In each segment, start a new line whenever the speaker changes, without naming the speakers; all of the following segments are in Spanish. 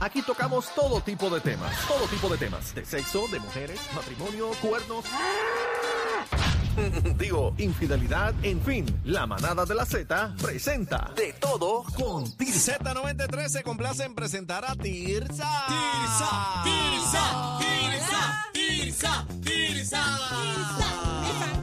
Aquí tocamos todo tipo de temas, todo tipo de temas, de sexo, de mujeres, matrimonio, cuernos. Digo, infidelidad, en fin, la manada de la Z presenta de todo con
Z93 se complace en presentar a Tirsa.
Tirsa, Tirsa, Tirsa, Tirsa, Tirsa.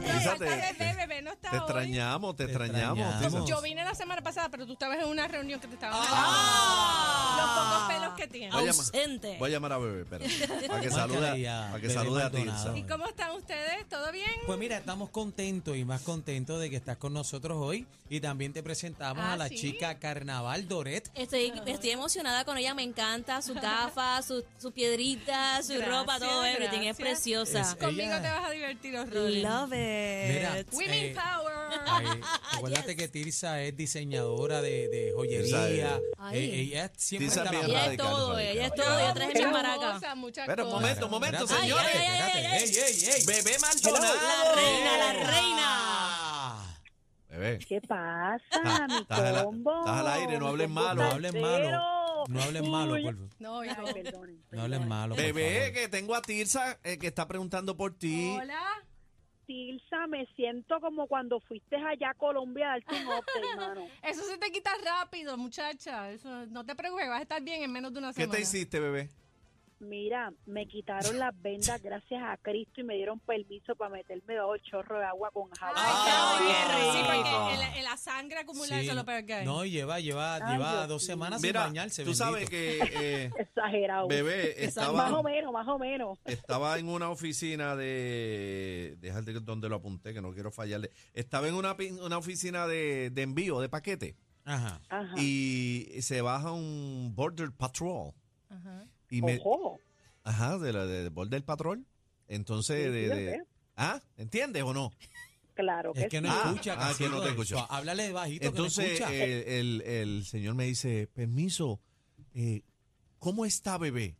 Tirsa,
Tirsa,
te-
bebé, bebé, no está
Te
hoy.
extrañamos, te, extrañamos.
extrañamos.
Tirsa.
Yo vine la semana pasada, pero tú estabas en una reunión que te estaban
Ah.
Los pocos pelos que tienes.
Voy a llamar-
Ausente.
Voy a llamar a Bebé, espera. Para que
Márcale
salude,
ya,
a- para que
Bebé
salude a
Maldonado.
Tirsa.
¿Y cómo están ustedes? ¿Todo bien?
Pues mira, estamos contentos y más contentos de que estás con nosotros hoy. Y también te presentamos
Ah,
a la
¿sí?
chica Carnaval Doret.
Estoy, estoy emocionada con ella, me encanta, sus gafas, sus sus piedritas, su
Gracias,
ropa, todo, eh, everything,
gracias.
es preciosa.
Es-
Conmigo
Ella-
te vas a divertir, Rodri.
Love
Mira,
it.
Women
eh,
Power.
ay, acuérdate que Tirsa es diseñadora de, de joyería.
Tirsa
es-
Eh, ella siempre
Tirsa
está a la
bien
Ella
moda.
radical.
es todo,
radical.
ella es todo, yo traje mis
Muchas
maracas.
cosas, muchas
Espera, un
cosas.
momento, un momento,
Espérate,
señores.
Ay, ay, ay, ay,
espérate. Ey, ey, ey.
Bebé
Hello.
Maldonado.
La reina, la reina.
Ah,
Bebé.
¿Qué
Ah,
pasa, mi
estás al-
combo?
estás al aire, no hables
Me siento
malo.
No hablen malo.
salsero.
No hablen malo,
Uy.
por favor.
No, hijo.
Ay, perdonen.
No hablen malo. por
Bebé,
favor.
que tengo a Tirsa eh, que está preguntando por ti.
Hola.
Tilsa, me siento como cuando fuiste allá a Colombia a darte un update, hermano.
Eso se te quita rápido, muchacha. Eso, no te preocupes, vas a estar bien en menos de una
¿Qué
semana.
te hiciste, bebé?
Mira, me quitaron las vendas gracias a Cristo y me dieron permiso para meterme bajo el chorro de agua con jabón.
Ah,
Ay, qué
qué
rico. Sí, porque
rico.
en la, en la sangre acumulada
Sí.
eso es lo peor que hay.
No, lleva, lleva,
Ay,
lleva
Dios
dos
mío.
semanas sin
Mira,
bañarse.
tú sabes
bendito.
que eh,
Exagerado.
bebé
Más o
estaba,
menos, más o menos.
estaba en una oficina de... Déjate que- donde lo apunté, que no quiero fallarle. Estaba en una, pin- una oficina de, de envío, de paquete.
Ajá.
Ajá.
Y se baja un Border Patrol.
Ajá.
Y me,
Ojo.
ajá, de la de, de Border Patrol. Entonces,
Sí,
de,
sí, yo
de-
sé.
¿Ah? ¿Entiendes o no?
Claro que,
Es que no
sí.
Ah,
escucha.
ah, que no te
Cacique.
escucho.
Háblale bajito. que
Entonces
no escucha.
eh, el, el señor me dice, permiso, eh, ¿cómo está bebé?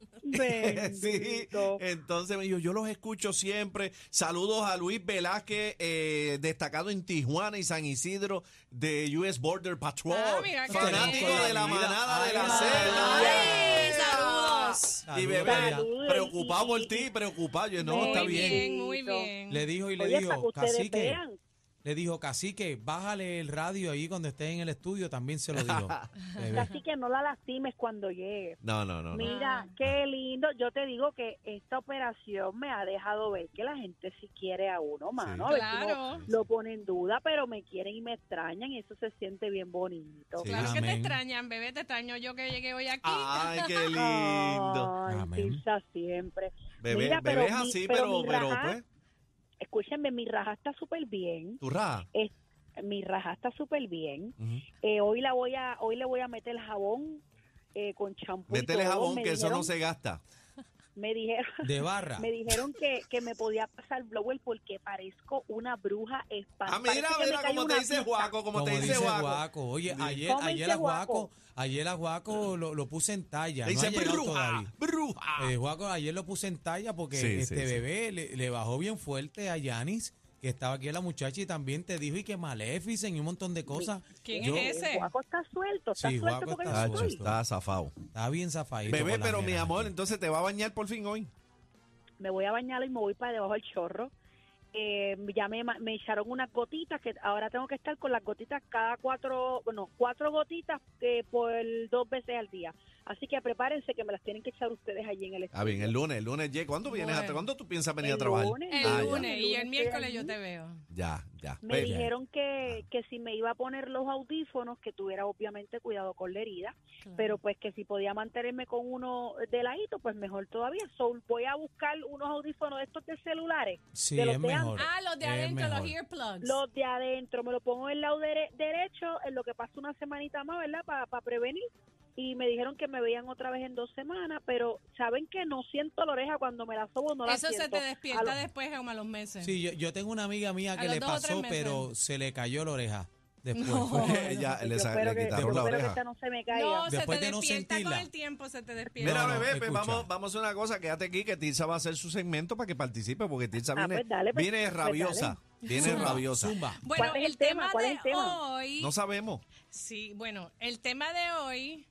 sí, eh,
Bendito.
entonces me dijo, yo los escucho siempre. Saludos a Luis Velázquez, eh, destacado en Tijuana y San Isidro de US Border Patrol.
Ah, mira qué
fanático
bien.
de la manada de la
Ay,
celda.
ay,
¡Eh!
saludos.
Y
Saludos
bebé,
allá.
preocupado por ti, preocupado. Yo, no,
muy
está bien.
bien, muy bien.
Le dijo y le
Oye, para que
dijo,
ustedes
cacique,
vean.
le dijo, cacique, bájale el radio ahí cuando estés en el estudio, también se lo dijo. Bebé.
Así que no la lastimes cuando llegue.
No, no, no. no.
Mira, qué lindo. Yo te digo que esta operación me ha dejado ver que la gente sí quiere a uno, mano. A ver si uno
Claro.
lo pone en duda, pero me quieren y me extrañan y eso se siente bien bonito.
Sí.
Claro que te
Amén.
extrañan, bebé. Te extraño yo que llegué hoy aquí.
Ay, qué lindo.
Ay,
Amén.
Tirsa, siempre.
Bebé,
Mira,
bebé
pero
es
mi-
así,
pero
pero,
mi
pero,
raja-
pues,
Escúchenme, mi raja está súper bien.
tu raja.
Es- mi raja está súper bien.
Ujú.
Eh, hoy la voy a, hoy le voy a meter jabón eh, con champú. y
Métele
todo.
jabón,
Me
que eso no
dijeron-
se gasta.
Me dijeron.
De
Ah.
barra.
Me dijeron que, que me podía pasar blower porque parezco una bruja espantosa.
Ah, mira,
Parece que me
mira
cayó
cómo te
una
dice
pizza.
Juaco, como
Como
te dice Juaco.
Oye,
Bien.
ayer,
¿Cómo
ayer
dice
a Juaco,
Guaco?
ayer a Juaco lo, lo puse en talla.
Le dice
no ha llegado
bruja,
todavía.
bruja.
Eh, Juaco, ayer lo puse en talla porque
Sí, sí,
este
sí.
bebé le, le bajó bien fuerte a Yanis, que estaba aquí la muchacha y también te dijo y que Maleficent y un montón de cosas.
¿Quién
Yo-
es ese?
Juaco está suelto, está
Sí,
suelto
Juaco
porque
está
yo
Tacho,
estoy.
suelto.
está zafado.
Está bien zafadito.
Bebé,
con las
pero mi
nenas
amor,
aquí.
entonces te va a bañar por fin hoy.
Me voy a bañar y me voy para debajo del chorro. Eh, ya me, ma- me echaron unas gotitas que ahora tengo que estar con las gotitas cada cuatro, bueno, cuatro gotitas eh, por dos veces al día. Así que prepárense que me las tienen que echar ustedes allí en el
Ah, bien, el lunes, el lunes, ye- ¿cuándo vienes?
Bueno.
¿Hasta cuándo tú piensas venir a
El
trabajar?
lunes.
El
Ah, ya.
lunes y el
El lunes
miércoles yo
estoy
te veo.
Ya, ya.
Me
Pues,
Bebé.
dijeron que, que si me iba a poner los audífonos, que tuviera obviamente cuidado con la herida, pero pues que si podía mantenerme con uno de ladito, pues mejor todavía. So, voy a buscar unos audífonos de estos de celulares,
Sí,
de los
es
de
mejor.
ah, los de
Es
adentro, los
mejor.
earplugs.
los de adentro, me los pongo en el lado dere- derecho, en lo que pasa una semanita más, ¿verdad? Para prevenir. Y me dijeron que me veían otra vez en dos semanas, pero saben que no siento la oreja cuando me la sobo, no la
Eso se
siento.
te despierta
A lo-
después, Jaume, a los meses.
Sí, yo, yo tengo una amiga mía
A
que
los
le
dos o tres
pasó,
meses.
pero se le cayó la oreja después.
Ella
Yo
le, sa-
espero
le
que-
quitaron
yo
la
espero que
oreja.
esta no se me caiga.
No,
Después
se te
de no
despierta con
sentirla.
el tiempo, se te despierta.
Mira,
No, no,
bebé, pues
escucha.
vamos, vamos a hacer una cosa. Quédate aquí que Tirsa va a hacer su segmento para que participe, porque Tirsa
Ah,
viene,
pues dale, pues,
viene
pues
rabiosa. Viene
Zumba,
rabiosa.
zumba.
bueno,
¿cuál es
el
el tema?
tema
¿Cuál
de
es el tema?
hoy...
No sabemos.
Sí, bueno, el tema de hoy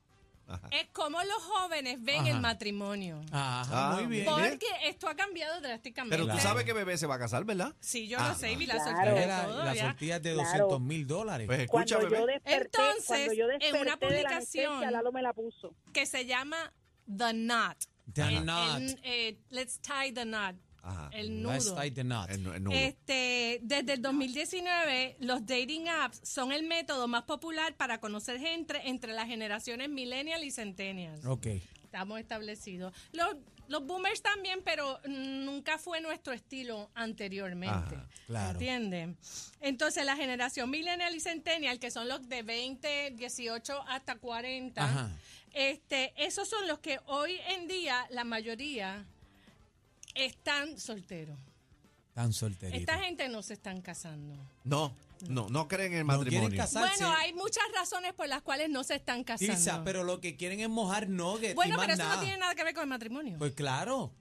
es cómo los jóvenes ven
Ajá.
el matrimonio.
Ajá,
Ah. Ah,
muy bien.
bien.
Porque esto ha cambiado drásticamente.
Pero tú sabes que bebé se va a casar, ¿verdad?
Sí, yo
Ah,
lo sé, y vi la
claro.
sortilla y
Era
todo,
la
ya.
sortilla es de
Claro.
200 mil dólares.
Pues escucha,
Cuando yo
bebé.
desperté,
Entonces,
cuando yo
en
desperté
una
de la
publicación-
anestesia, Lalo me la puso.
Que se llama The Knot.
The
El-
knot.
el- eh, let's tie the knot.
Ajá. Eh,
El nudo.
Let's tie the knot.
El nu- el nudo.
Este, desde el 2019, los dating apps son el método más popular para conocer gente entre las generaciones millennial y centennial.
Ok.
Estamos establecidos. Los, los boomers también, pero nunca fue nuestro estilo anteriormente.
Ajá,
claro.
¿Entienden? Entonces, la generación millennial y centennial, que son los de 20, 18 hasta 40,
Ajá.
este, esos son los que hoy en día la mayoría están solteros.
Tan solterito.
Esta gente no se están casando.
No, no, no creen en el
No quieren
matrimonio.
casarse.
Bueno, hay muchas razones por las cuales no se están casando.
Tirsa, pero lo que quieren es mojar nuggets y
bueno,
más
pero eso
nada.
no tiene nada que ver con el matrimonio.
Pues claro.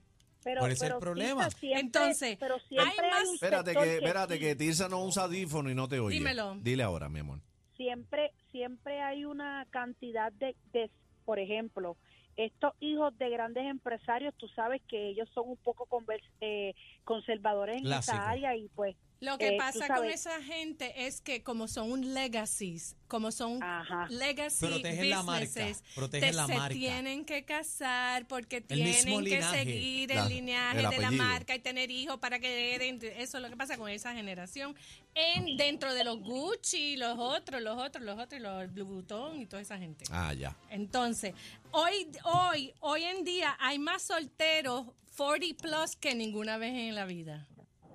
Pero,
¿Cuál es el
pero sí,
problema?
siempre-
Entonces,
pero
hay
siempre hay
más-
un
Espérate
sector
que, espérate
sí.
que Tirsa no usa audífono y no te oye.
Dímelo.
Dile ahora, mi amor.
siempre siempre hay una cantidad de, de- por ejemplo estos hijos de grandes empresarios tú sabes que ellos son un poco conver- eh, conservadores en
Clásico.
esa área y pues
Lo que
Eh, tú
pasa con
sabes.
esa gente es que como son un legacies, como son
Ajá.
legacy
Protegen la marca,
businesses,
protegen
te-
la
se
marca.
tienen que casar porque
El mismo
tienen que
linaje,
seguir
claro,
el lineaje
el
de la
apellido.
marca y tener hijos para que hereden. Eso es lo que pasa con esa generación. En dentro de los Gucci, los otros, los otros, los otros, y los Blue Button y toda esa gente.
Ah, ya.
Entonces, hoy, hoy, hoy en día hay más solteros 40 plus que ninguna vez en la vida.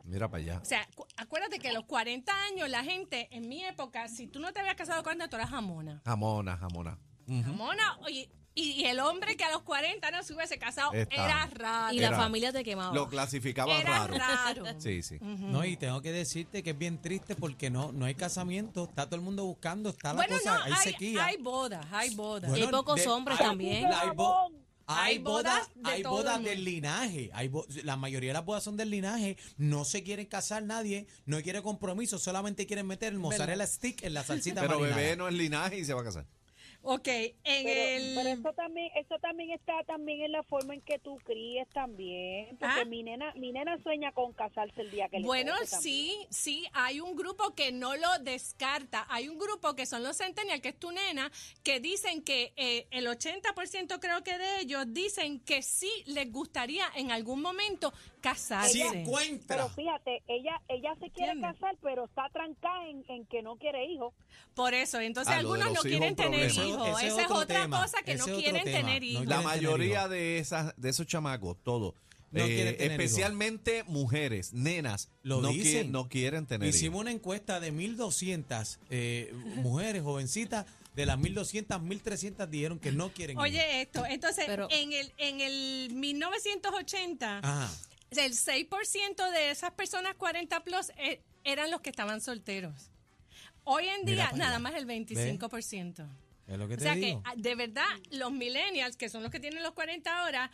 Mira para allá.
O sea, cu- acuérdate que a los 40 años la gente, en mi época, si tú no te habías casado con alguien, tú eras jamona.
Jamona, jamona. Ujú.
Jamona, oye, y, y el hombre que a los 40 no se hubiese casado
Está.
era raro.
Y
Era-
la familia te quemaba.
Lo clasificaba
Ah, Era
raro.
raro. Mm.
Sí, sí.
No, y tengo que decirte que es bien triste porque no, no hay casamiento, está todo el mundo buscando, está la
Bueno, no,
cosa, hay,
hay,
sequía.
hay bodas, hay bodas.
Bueno,
hay pocos hombres también.
Hay, bo- hay
Hay
bodas,
bodas de
hay
todo
bodas
el
del
mundo.
linaje, hay bo- la mayoría de las bodas son del linaje, no se quieren casar nadie, no quiere compromiso, solamente quieren meter el mozzarella stick en la salsita
Pero
marinada.
bebé no es linaje y se va a casar.
Ok, en
pero,
el...
pero eso también eso también está también en la forma en que tú críes también porque
Ah.
mi nena mi nena sueña con casarse el día que le
Bueno,
toque también.
sí, sí, hay un grupo que no lo descarta. Hay un grupo que son los Centennial, que es tu nena, que dicen que eh, el 80% creo que de ellos dicen que sí les gustaría en algún momento casarse.
Si
pero
encuentra.
fíjate ella ella se quiere
¿Entiendes?
casar pero está trancada en, en que no quiere hijos
Por eso, entonces
Ah, lo de
algunos
los
no
hijos,
quieren
un
tener
problema.
hijos.
Ese es
Esa es
otro
otra
tema,
cosa que
ese
no
es otro
quieren
tema.
tener
No
hijos.
La
quieren tener
mayoría
hijos.
de esas, de esos chamacos, todo.
No
eh,
quieren tener
especialmente mujeres, nenas,
Lo
no,
dicen.
quie- no quieren tener
Hicimos una encuesta de 1.200 eh, mujeres jovencitas, de las 1.200, 1.300 dijeron que no quieren hijos.
Oye, esto, entonces,
Pero-
en, el, en el 1980,
Ajá.
el 6% de esas personas 40 plus eh, eran los que estaban solteros. Hoy en
Mira
día,
pa' allá.
nada más el 25%.
Es lo que
O
te
sea que,
digo.
ah, de verdad, los millennials, que son los que tienen los 40 ahora,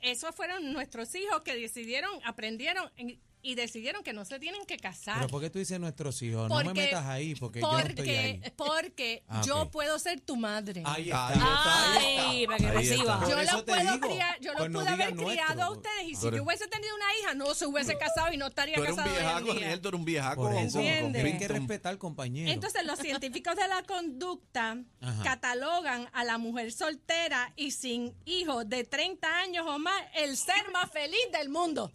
esos fueron nuestros hijos que decidieron, aprendieron en- y decidieron que no se tienen que casar.
Pero ¿por qué tú dices nuestros hijos? no me
Porque-
metas ahí porque, yo no estoy
porque-
ahí.
Porque
Ah,
yo
ok.
puedo ser tu madre.
Ahí
Ah,
está.
Ay, para que
Ahí está.
reciba.
Por
yo
eso
los
te
puedo
digo,
criar, yo los
pues no
pude haber
digas
criado a
nuestro.
ustedes y si
Pero-
yo hubiese tenido una hija, no se hubiese casado y no estaría
Tú eres un
casado
viejaco,
hoy en día.
Ariel, tú eres un
Ah,
viejaco.
Por
con-
eso,
con- con
¿Entiendes?
hay que
Pinto.
respetar, compañero.
Entonces, los científicos de la conducta
Ajá.
catalogan a la mujer soltera y sin hijos de 30 años o más el ser más feliz del mundo.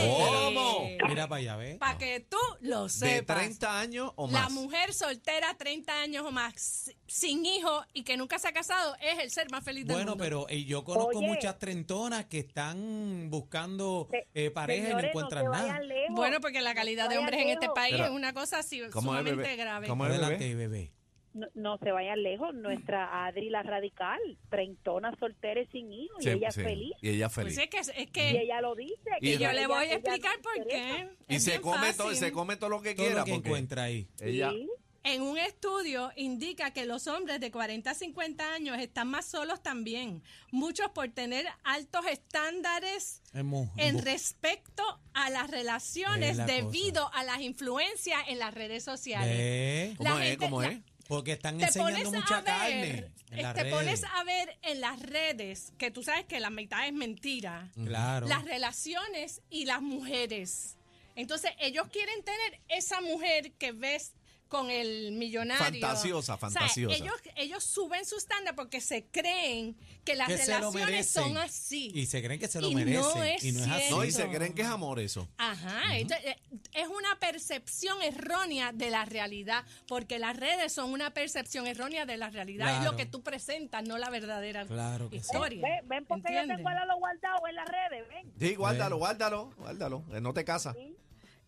¿Cómo?
Mira para allá, ¿ves?
Para que tú lo
de
sepas.
30 años o
la
más.
mujer soltera, 30 años o más, si- sin hijos y que nunca se ha casado, es el ser más feliz del
Bueno,
mundo.
pero eh, yo conozco
Oye.
muchas trentonas que están buscando
Se-
eh, pareja y no
señores,
encuentran
se
nada.
vayan lejos.
Bueno, porque la calidad de
Vaya
hombres en este
lejos.
país
Pero-
es una cosa así,
¿Cómo es,
sumamente
bebé?
grave.
¿Cómo es, bebé?
Adelante, bebé.
No, no se vayan lejos, nuestra Adri la radical, treintona soltera y sin hijos,
Sí,
y ella
sí,
es feliz.
Y ella es
Pues
feliz.
es que, es
Y
que
ella lo dice.
Y
y
ella-
yo le voy a
ella-
explicar
ella
por
no interesa.
qué.
y
Es
se
bien
come, todo,
fácil.
se come todo lo que
Todo
quiera.
lo que
porque
encuentra ahí.
Ella,
Sí,
En un estudio indica que los hombres de 40 a 50 años están más solos también, muchos por tener altos estándares
En mu- en
en
bu-
respecto a las relaciones
Es la
debido a las influencias en las redes sociales.
¿Ve?
¿Cómo es? ¿Cómo
la-
es?
Porque están
te
enseñando
pones
mucha
a
carne
ver, eh,
en las
te
redes.
pones a ver en las redes, que tú sabes que la mitad es mentira,
Claro.
las relaciones y las mujeres. Entonces, ellos quieren tener esa mujer que ves con el millonario.
Fantasiosa,
O sea,
fantasiosa.
ellos, ellos suben su estándar porque se creen que las
que se lo
relaciones
merecen.
son así.
Y se creen que se lo
Y no
merecen.
es
y no es así.
No, y se
Eso.
creen que es amor eso.
Ajá, entonces, eh, es una percepción errónea de la realidad, porque las redes son una percepción errónea de la realidad, es
Claro.
lo que tú presentas, no la verdadera
Claro que sí.
historia.
Ven, ven porque yo
¿entiendes?
tengo a lo guardado en las redes, ven.
Pues.
Sí, guárdalo, guárdalo, guárdalo. eh, No te casas.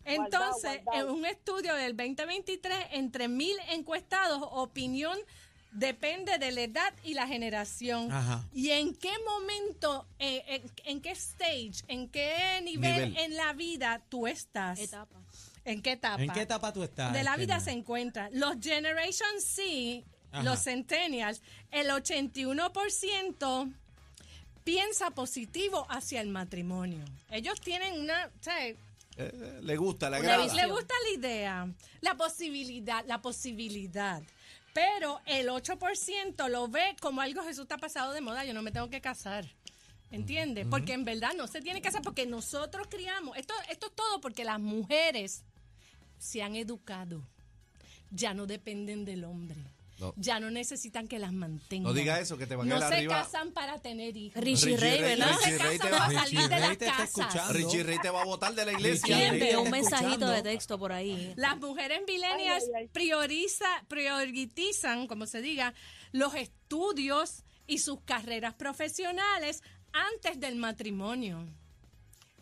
Entonces,
Guardado, guardado.
en un estudio del 2023, entre mil encuestados, opinión depende de la edad y la generación.
Ajá.
Y en qué momento, eh, en, en qué stage, en qué nivel,
Nivel.
en la vida tú estás.
Etapa.
¿En qué etapa?
¿En qué etapa tú estás?
de la vida se
Estela?
encuentra. Los Generation C,
Ajá.
los Centennials, el 81% piensa positivo hacia el matrimonio. Ellos tienen una... o sea,
Eh, le gusta, le
Una
agrada.
visión.
le gusta la idea, la posibilidad, la posibilidad. Pero el 8% lo ve como algo Jesús está pasado de moda, yo no me tengo que casar. ¿Entiendes? Porque en verdad no se tiene que casar porque nosotros criamos. Esto, esto es todo porque las mujeres se han educado. Ya no dependen del hombre.
No.
Ya no necesitan que las mantengan.
No diga eso, que te van a
No
caer
se
arriba.
casan para tener hijos.
Richie Ray, ¿verdad?
No
Richie
se
Ray te
casan
va-
para salir de
Richie Ray
las
te está
casas.
escuchando.
Richie Ray te va a votar de la
Richie
iglesia.
Ray.
Envió un
Está
mensajito
escuchando.
de texto por ahí.
Las mujeres millennials
Ay, ay, ay.
prioriza, priorizan, como se diga, los estudios y sus carreras profesionales antes del matrimonio.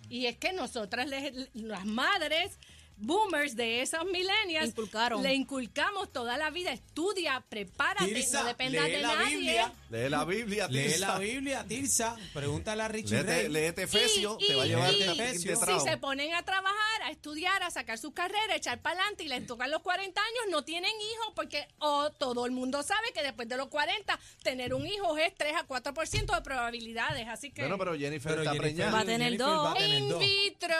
Y es que nosotras, les- las madres boomers de esos millennials,
Inculcaron.
le inculcamos toda la vida, estudia, prepárate,
Tirsa,
no dependas
lee
de
la
nadie.
Biblia.
Lee la Biblia,
Lee
Tirsa.
la Biblia, Tirsa. Pregúntale a Richie
Léete,
Ray.
léete Efesio,
Y-
te va a
y-
llevar
y-
de,
Efesios.
de
Si
trago.
se ponen a trabajar, a estudiar, a sacar sus carreras, echar para adelante y les tocan los 40 años, no tienen hijos porque o todo el mundo sabe que después de los 40 tener un hijo es 3 a 4% de probabilidades. Así que
Bueno, pero Jennifer
Pero
está
Jennifer-
Va a
preñada.
tener
Jennifer
dos.
va a tener
in
dos.
vitro.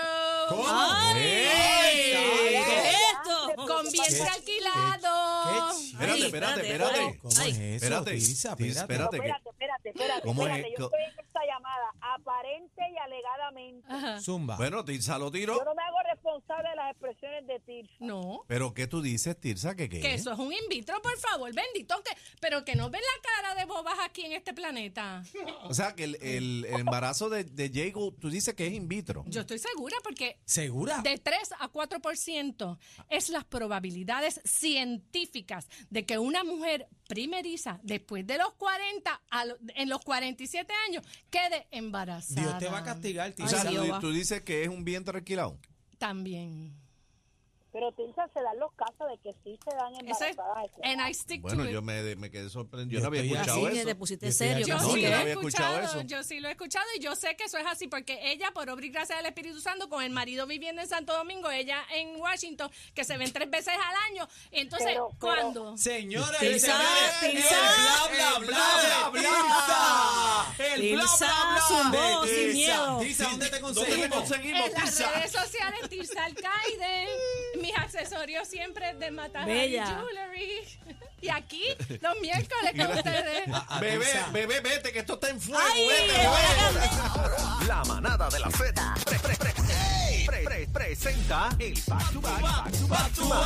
Ah,
¡Ay! ¿Qué es esto?
Con vientre alquilado.
qué
Espérate,
Ay,
espérate,
espérate.
espérate.
¿Cómo es
Ay.
eso,
Espérate,
Tirsa?
Tirsa,
Espérate.
espérate. que-
espérate, espérate, espérate.
¿Cómo es?
espérate. Yo
Co-
estoy en esta llamada, aparente y alegadamente.
Ajá.
Zumba.
Bueno, Tirsa lo
Yo
tiró.
no me hago responsable de las expresiones de Tirsa.
No.
Pero ¿qué tú dices, Tirsa? ¿Que qué?
Que eso es un in vitro, por favor, bendito. Que, pero que no ven la cara de bobas aquí en este planeta.
O sea, que el, el- el embarazo de, de Jago, tú dices que es in vitro.
Yo estoy segura porque
¿Segura?
De 3 a 4% es las probabilidades científicas de que una mujer primeriza después de los 40, a lo- en los 47 años, quede embarazada.
Dios te va a castigar,
o
Tirsa.
sea,
Ay, Dios.
tú,
va.
tú dices que es un vientre alquilado.
También.
Pero Tirsa se dan los casos de que sí se dan
Ese es-
embarazadas.
and I stick
Bueno,
to it.
yo me, me quedé sorprendido. Yo
Yo
no había
estoy
escuchado
Así
así.
que
eso.
te pusiste
Yo estoy
serio.
Yo
No,
casi.
sí
yo
lo
no
he
había escuchado
escuchado,
eso.
yo sí lo he escuchado y yo sé que eso es así porque ella, por obra y gracia del Espíritu Santo, con el marido viviendo en Santo Domingo, ella en Washington, que se ven tres veces al año. Entonces,
Pero- pero-
cuando...
Señores,
Tirsa,
señores,
Tirsa.
el bla bla bla bla Tirsa, el bla
Tirsa
bla bla
zumbó
de
sin
Tirsa.
miedo.
Tirsa,
¿Dónde
¿dónde te
te
conseguimos?
conseguimos,
En las
Tirsa?
redes sociales, Tirsa Alcaide. mis accesorios siempre de Matajari
Bella.
Jewelry. Y aquí, los miércoles con ustedes.
A- a
Bebé,
Tirsa.
bebé, vete, que esto está en fuego.
Ay,
vete,
me van a
bebé.
La manada de la Z pre- pre- pre- pre- pre- presenta el back to back, back to back, back to back.